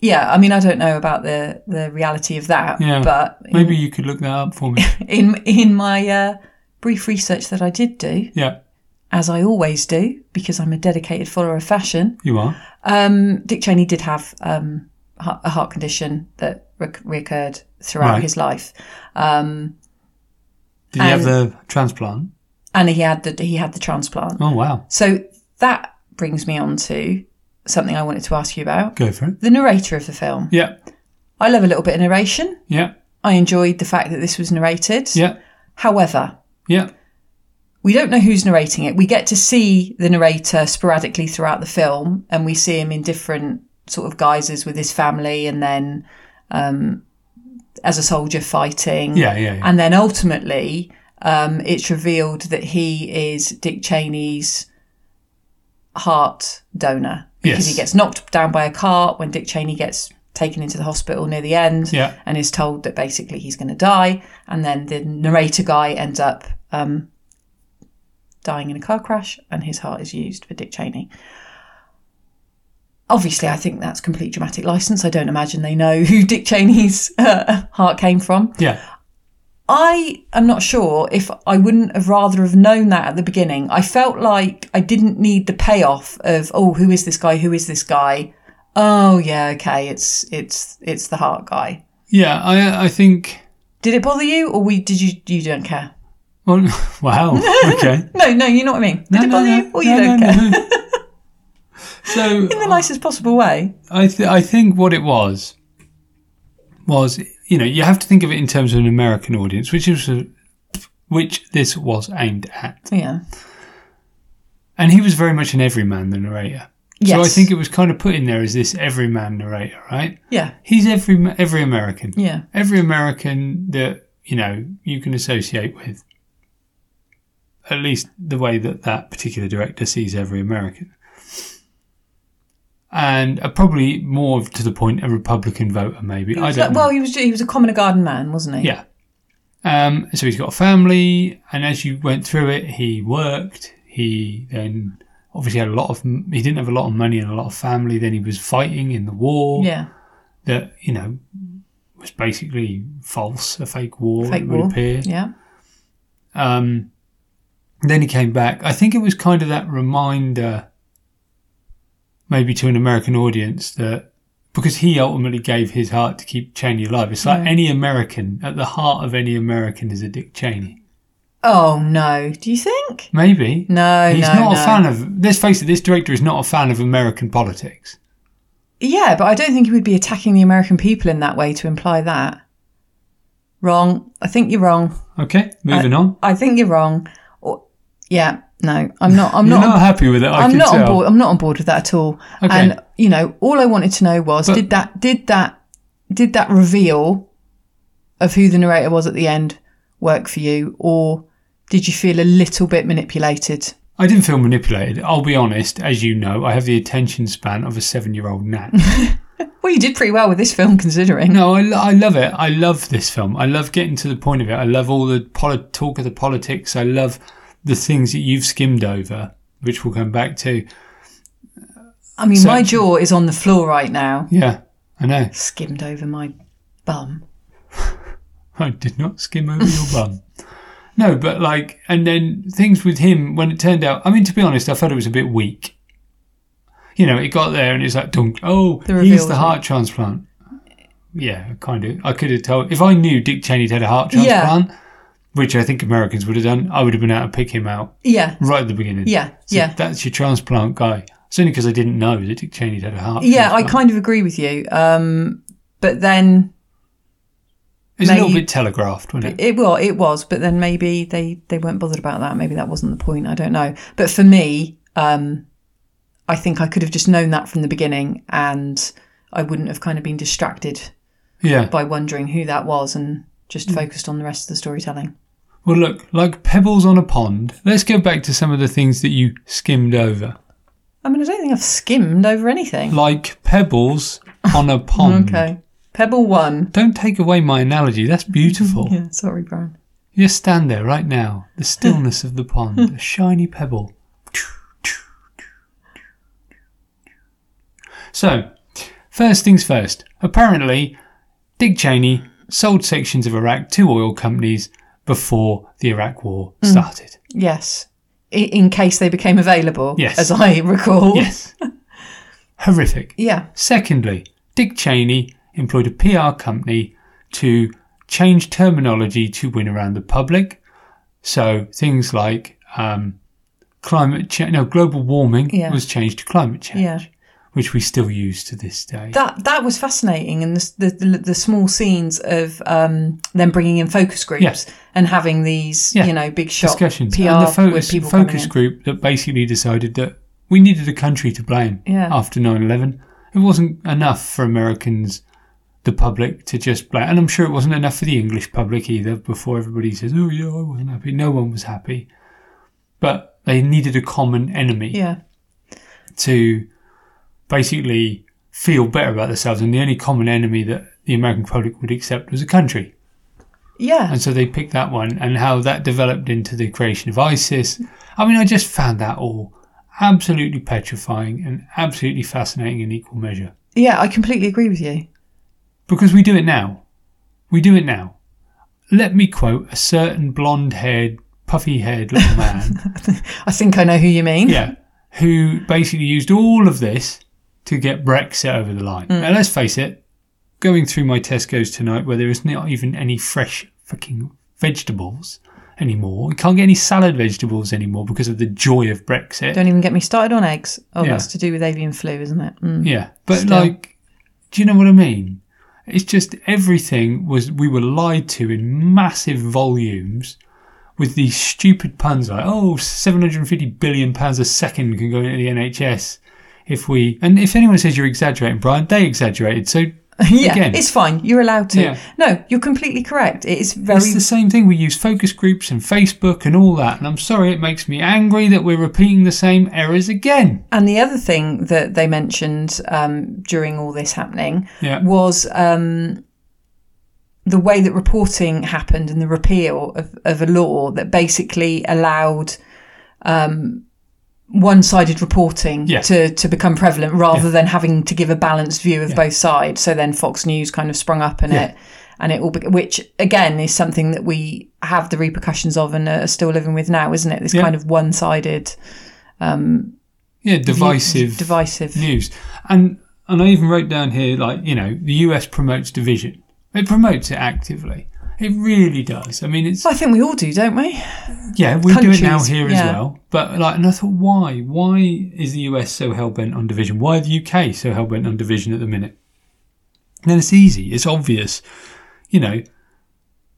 yeah, I mean, I don't know about the the reality of that, Yeah. but in, Maybe you could look that up [LAUGHS] for me. in in my uh, brief research that I did do, yeah, as I always do, because I'm a dedicated follower of fashion, you are. Um, Dick Cheney did have um, ha- a heart condition that rec- reoccurred throughout Right. his life, Did you have Um, the transplant? and he had the he had the transplant. Oh wow, So that brings me on to something I wanted to ask you about go for it. the narrator of the film. Yeah, I love a little bit of narration. yeah, I enjoyed the fact that this was narrated. yeah, However, yeah. we don't know who's narrating it. We get to see the narrator sporadically throughout the film, and we see him in different sort of guises with his family, and then um, as a soldier fighting. Yeah, yeah, yeah. And then ultimately, um, it's revealed that he is Dick Cheney's heart donor because Yes. he gets knocked down by a cart when Dick Cheney gets taken into the hospital near the end Yeah. and is told that basically he's going to die. And then the narrator guy ends up um, dying in a car crash and his heart is used for Dick Cheney. Obviously, I think that's complete dramatic license. I don't imagine they know [LAUGHS] who Dick Cheney's uh, heart came from. Yeah, I am not sure if I wouldn't have rather have known that at the beginning. I felt like I didn't need the payoff of oh, who is this guy? Who is this guy? Oh yeah, okay, it's it's it's the heart guy. yeah. I I think. Did it bother you, or we did you you don't care? Well, [LAUGHS] [LAUGHS] wow. Okay. [LAUGHS] No, no, you know what I mean. Did it bother you, or you don't care? no. So in the nicest possible way. I th- I think what it was was you know you have to think of it in terms of an American audience, which is which this was aimed at, Yeah. and he was very much an everyman, the narrator. So I Yes. think it was kind of put in there as this everyman narrator, right? Yeah. He's every every American, Yeah. every American that you know you can associate with. At least the way that that particular director sees every American, and uh, probably more to the point, a Republican voter maybe. He I was don't like- know. well, he was he was a commoner garden man, wasn't he? Yeah. Um, so he's got a family, and as you went through it, he worked. He then obviously had a lot of. He didn't have a lot of money and a lot of family. Then he was fighting in the war Yeah. that you know was basically false, a fake war. Fake it would war. appear. Yeah. Um, then he came back. I think it was kind of that reminder, maybe to an American audience, that because he ultimately gave his heart to keep Cheney alive. It's like any American, at the heart of any American is a Dick Cheney. Oh no. Do you think? Maybe. No. He's no, not no. a fan of, let's face it, this director is not a fan of American politics. Yeah, but I don't think he would be attacking the American people in that way to imply that. Wrong. I think you're wrong. Okay, moving on. I think you're wrong. Or, yeah. No. I'm not. I'm [LAUGHS] You're not. not, happy with it, I I'm can not tell. on board. I'm not on board with that at all. Okay. And you know, all I wanted to know was But- did that did that did that reveal of who the narrator was at the end work for you, or did you feel a little bit manipulated? I didn't feel manipulated. I'll be honest, as you know, I have the attention span of a seven year old gnat. Well, you did pretty well with this film, considering. No, I, lo- I love it. I love this film. I love getting to the point of it. I love all the poli- talk of the politics. I love the things that you've skimmed over, which we'll come back to. I mean, So- my jaw is on the floor right now. Yeah, I know. Skimmed over my bum. I did not skim over your bum. No, but like, and then things with him when it turned out. I mean, to be honest, I felt it was a bit weak. You know, it got there and it's like, dunk. Oh, The reveal he's was the heart transplant. Yeah, kind of. I could have told if I knew Dick Cheney had had a heart transplant, which I think Americans would have done. I would have been able to pick him out Yeah, right at the beginning. yeah, So yeah. That's your transplant guy. It's only because I didn't know that Dick Cheney had a heart. Yeah, I transplant. kind of agree with you. Um, but then It's a Now little you- bit telegraphed, wasn't it? It well, it was, but then maybe they they weren't bothered about that. Maybe that wasn't the point. I don't know. But for me, um, I think I could have just known that from the beginning, and I wouldn't have kind of been distracted Yeah. by wondering who that was and Hmm. just focused on the rest of the storytelling. Well, look, like pebbles on a pond. Let's go back to some of the things that you skimmed over. I mean, I don't think I've skimmed over anything. Like pebbles on a pond. Okay, Pebble One. Don't take away my analogy. That's beautiful. [LAUGHS] Yeah, sorry, Brian. You just stand there right now, the stillness of the pond, a shiny pebble. So, first things first. Apparently, Dick Cheney sold sections of Iraq to oil companies before the Iraq War started. Yes, I- in case they became available, Yes. as I recall. Yes. Horrific. Yeah. Secondly, Dick Cheney employed a PR company to change terminology to win around the public. So things like um, climate change, no, global warming Yeah. was changed to climate change, Yeah. which we still use to this day. that that was fascinating and the the, the small scenes of um, them bringing in focus groups Yes. and having these Yeah. you know big shot Discussions PR and the with focus, people focus coming group that basically decided that we needed a country to blame Yeah. after 9-11. It wasn't enough for Americans, the public, to just blame. And I'm sure it wasn't enough for the English public either before everybody says, oh, yeah, I wasn't happy. No one was happy. But they needed a common enemy in. yeah to basically feel better about themselves. And the only common enemy that the American public would accept was a country. yeah And so they picked that one and how that developed into the creation of ISIS. I mean, I just found that all absolutely petrifying and absolutely fascinating in equal measure yeah I completely agree with you because we do it now. We do it now. Let me quote a certain blonde haired, puffy haired little man, I think I know who you mean yeah, who basically used all of this to get Brexit over the line. Now, let's face it, going through my Tesco's tonight where there is not even any fresh fucking vegetables, anymore. We can't get any salad vegetables anymore because of the joy of Brexit. Don't even get me started on eggs. Oh, Yeah. that's to do with avian flu, isn't it? Mm. Yeah, but Still. like, do you know what I mean? It's just everything was we were lied to in massive volumes with these stupid puns like, oh, 750 billion pounds a second can go into the NHS if we. And if anyone says you're exaggerating, Brian, they exaggerated. So [LAUGHS] yeah, Again. it's fine. You're allowed to. Yeah. No, you're completely correct. It is very. it's the same thing. We use focus groups and Facebook and all that. And I'm sorry, it makes me angry that we're repeating the same errors again. And the other thing that they mentioned um, during all this happening Yeah. was um, the way that reporting happened and the repeal of, of a law that basically allowed um, one sided reporting Yeah. to, to become prevalent rather than having to give a balanced view of both sides. So then Fox News kind of sprung up in it. And it all, bec which again is something that we have the repercussions of and are still living with now, isn't it? This Yeah. kind of one-sided, Yeah, divisive. divisive. news. And and I even wrote down here like, you know, the US promotes division. It promotes it actively. It really does. I mean it's I think we all do, don't we? yeah, we do it now countries, here as yeah. well. But like and I thought why? Why is the US so hell bent on division? Why are the UK so hell bent on division at the minute? And then it's easy, it's obvious. You know,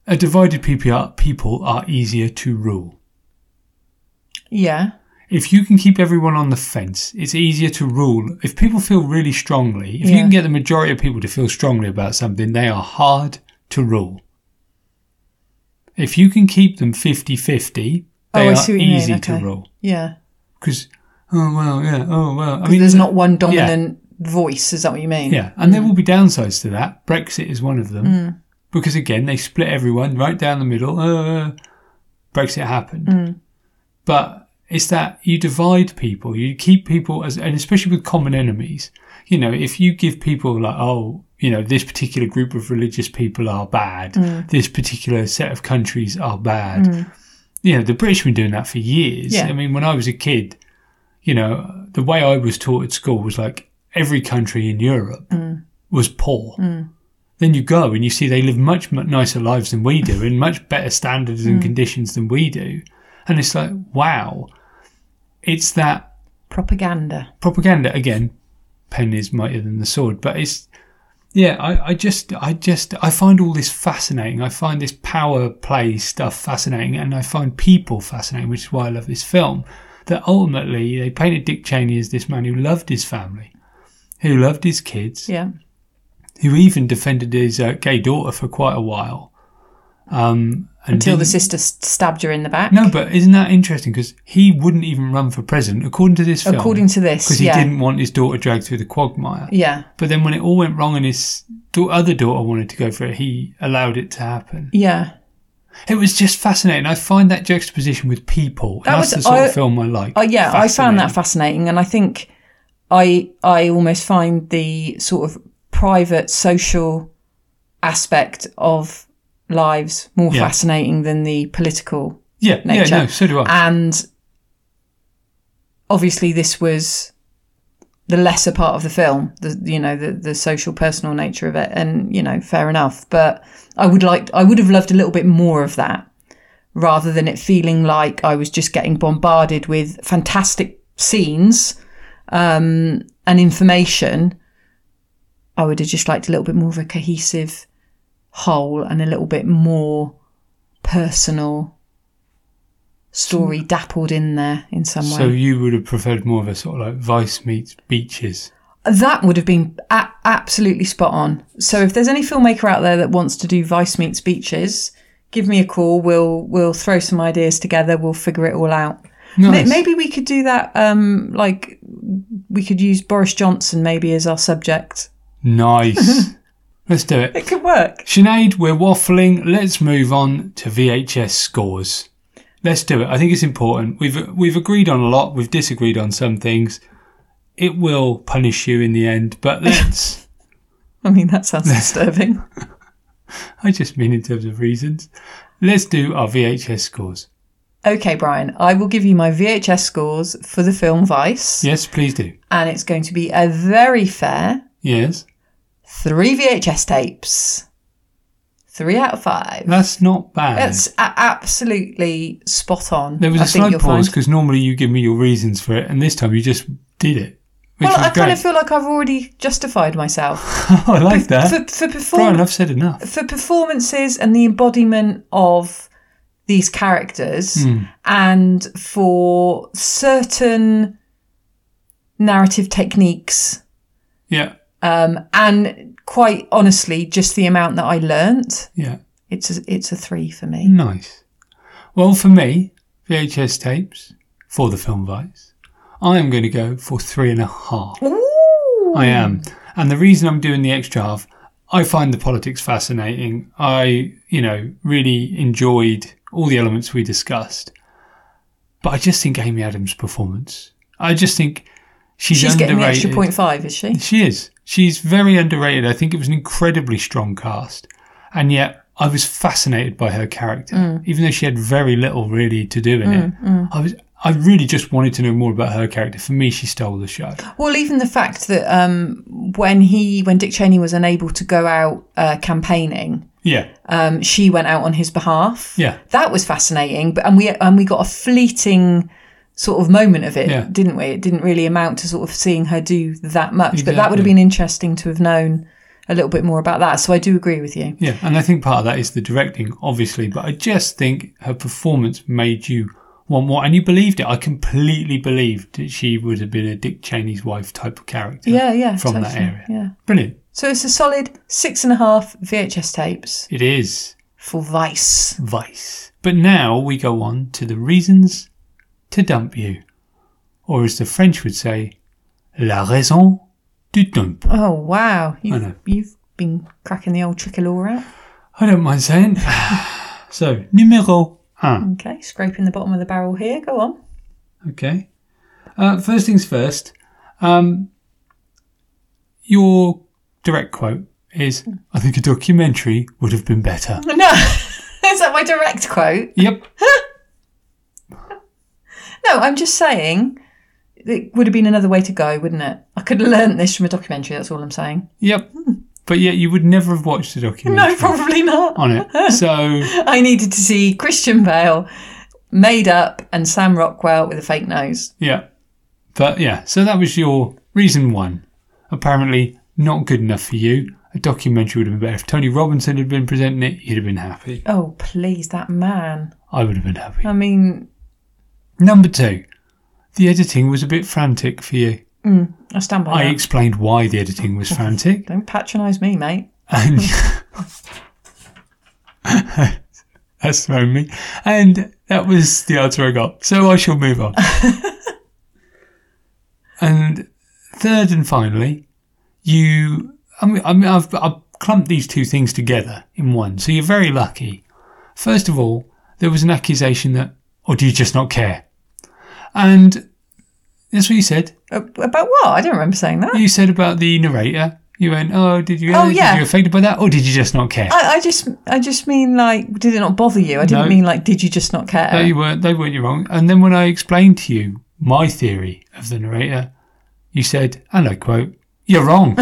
a divided PPR people are easier to rule. Yeah. if you can keep everyone on the fence, it's easier to rule. If people feel really strongly, if you Yeah. can get the majority of people to feel strongly about something, they are hard to rule. If you can keep them 50 50, Oh, they I are see what you mean, easy to okay. rule. Yeah. Because, oh, well, yeah, oh, well. I mean, There's Mm. not one dominant voice, is that what you mean? yeah, and there will be downsides to that. Brexit is one of them. Mm. Because again, they split everyone right down the middle. Uh, Brexit happened. But it's that you divide people, you keep people as, and especially with common enemies. You know, if you give people like, oh, you know, this particular group of religious people are bad, this particular set of countries are bad. You know, the British have been doing that for years. Yeah. I mean, when I was a kid, you know, the way I was taught at school was like every country in Europe was poor. Then you go and you see they live much, much nicer lives than we do in much better standards and conditions than we do. And it's like, wow, it's that Propaganda. propaganda again. Pen is mightier than the sword, but it's yeah. I, I just, I just, I find all this fascinating. I find this power play stuff fascinating, and I find people fascinating, which is why I love this film. That ultimately they painted Dick Cheney as this man who loved his family, who loved his kids, Yeah. who even defended his uh, gay daughter for quite a while. Um, and Until the didn't- sister s- stabbed her in the back. no, but isn't that interesting? Because he wouldn't even run for president, according to this film. According to this, because he yeah. didn't want his daughter dragged through the quagmire. Yeah. But then when it all went wrong and his da- other daughter wanted to go for it, he allowed it to happen. Yeah. It was just fascinating. I find that juxtaposition with people. That and that's was- the sort I- of film I like. Oh, yeah. I found that Fascinating. fascinating. And I think I, I almost find the sort of private social aspect of lives more Yeah. fascinating than the political yeah, nature. yeah, no, so do I. And obviously, this was the lesser part of the film, the you know the the social personal nature of it, and you know fair enough. But I would like I would have loved a little bit more of that, rather than it feeling like I was just getting bombarded with fantastic scenes um, and information. I would have just liked a little bit more of a cohesive whole and a little bit more personal story dappled in there in some way. so you would have preferred more of a sort of like Vice meets Beaches. That would have been a- absolutely spot on. So if there's any filmmaker out there that wants to do Vice Meets Beaches, give me a call. We'll we'll throw some ideas together. We'll figure it all out. Ma- Nice. Maybe we could do that. Um, like we could use Boris Johnson maybe as our subject. [LAUGHS] Nice. Let's do it. It could work. Sinead, we're waffling. Let's move on to VHS scores. Let's do it. I think it's important. We've we've agreed on a lot. We've disagreed on some things. It will punish you in the end, [LAUGHS] but let's. I mean, that [LAUGHS] sounds disturbing. I just mean in terms of reasons. Let's do our VHS scores. Okay, Brian, I will give you my VHS scores for the film Vice, Yes, please do. and it's going to be a very fair Yes. three VHS tapes, three out of five. That's not bad. That's a- absolutely spot on. there was a a slight you'll pause find. because normally you give me your reasons for it, and this time you just did it. Which Well, was I great. [LAUGHS] Oh, kind of feel like I've already justified myself I like that. for for, perform- Brian, I've said enough. for performances and the embodiment of these characters, and for certain narrative techniques, Yeah, um, and quite honestly, just the amount that I learnt. yeah. It's a, it's a three for me. Nice. Well, for me, VHS tapes for the film Vice, I am going to go for three and a half. Ooh. I am. And the reason I'm doing the extra half, I find the politics fascinating. I, you know, really enjoyed all the elements we discussed. But I just think Amy Adams' performance. I just think she's, She's underrated. getting the extra point five, is she? She is. She's very underrated. I think it was an incredibly strong cast. And yet I was fascinated by her character. Even though she had very little really to do in it. I was I really just wanted to know more about her character. For me, she stole the show. Well, even the fact that um, when he, when Dick Cheney was unable to go out uh, campaigning, Yeah. um, she went out on his behalf. Yeah. that was fascinating. But and we and we got a fleeting sort of moment of it, Yeah. didn't we? It didn't really amount to sort of seeing her do that much. But that would have Exactly. been interesting to have known a little bit more about that. So I do agree with you. Yeah, and I think part of that is the directing, obviously, but I just think her performance made you want more, and you believed it. I completely believed that she would have been a Dick Cheney's wife type of character. Yeah, yeah, from that totally, area. Yeah. Brilliant. So it's a solid six and a half VHS tapes It is for Vice. Vice. But now we go on to the reasons to dump you, or as the French would say, la raison du dump. Oh wow, you've, know. you've been cracking the old trickle out. I don't mind saying. [SIGHS] so, numéro un. Okay, scraping the bottom of the barrel here. Go on. [LAUGHS] Okay. Uh, first things first. Um, your direct quote is, "I think a documentary would have been better." No, is that my direct quote? yep. No, I'm just saying it would have been another way to go, wouldn't it? I could have learnt this from a documentary. That's all I'm saying. Yep. But yet you would never have watched a documentary No, [LAUGHS] probably not. on it. So I needed to see Christian Bale made up and Sam Rockwell with a fake nose. yeah. But yeah. So that was your reason one. Apparently not good enough for you. A documentary would have been better. If Tony Robinson had been presenting it, you'd have been happy. Oh please, that man. I would have been happy. I mean, Number two. The editing was a bit frantic for you. I stand by I that. explained why the editing was frantic, Don't patronise me, mate. and [LAUGHS] that's thrown me. And that was the answer I got. So I shall move [LAUGHS] on. and third and finally, you. I mean, I mean I've, I've clumped these two things together in one. So you're very lucky. First of all, there was an accusation that, or do you just not care? And that's what you said. Uh, About what? I don't remember saying that. you said about the narrator. You went, oh, did you? Oh, yeah. Did you affected by that, or did you just not care? I, I just, I just mean like, did it not bother you? I didn't No. mean like, did you just not care? no, you weren't. They weren't. You wrong. And then when I explained to you my theory of the narrator, you said, and I quote, "You're [LAUGHS] wrong."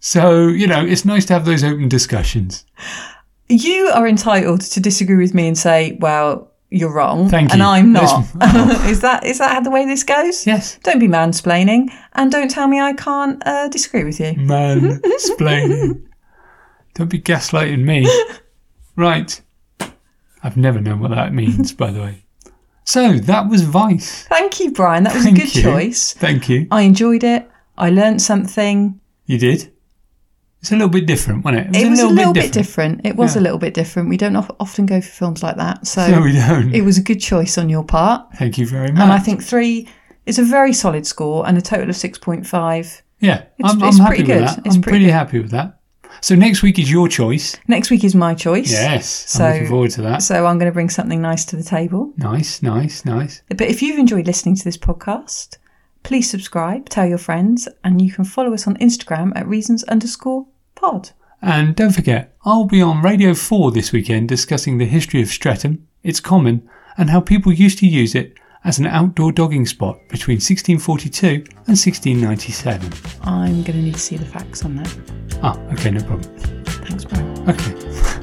so you know, it's nice to have those open discussions. You are entitled to disagree with me and say, "Well, you're wrong," Thank and you. I'm not. [LAUGHS] [LAUGHS] That's- is that is that how the way this goes? Yes, Don't be mansplaining, and don't tell me I can't uh, disagree with Mm. you. [LAUGHS] man, explaining. Don't be gaslighting me. Right. I've never known what that means, by the way. So that was Vice. Thank you, Brian. That was Thank a good you. choice. Thank you. I enjoyed it. I learnt something. You did. It's a little bit different, wasn't it? It was a little bit different. It was a little bit different. We don't of- often go for films like that, so No, we don't. it was a good choice on your part. Thank you very much. And I think three is a very solid score and a total of six point five. yeah, I'm, it's I'm happy pretty with good. that. It's I'm pretty pretty happy with that. So next week is your choice. Next week is my choice. Yes, So- I'm looking forward to that. So I'm going to bring something nice to the table. Nice, nice, nice. But if you've enjoyed listening to this podcast, please subscribe, tell your friends, and you can follow us on Instagram at reasons underscore pod. And don't forget, I'll be on Radio 4 this weekend discussing the history of Streatham, its common, and how people used to use it as an outdoor dogging spot between 1642 and 1697. I'm going to need to see the facts on that. Ah, okay, no problem. Thanks, Brian. Okay.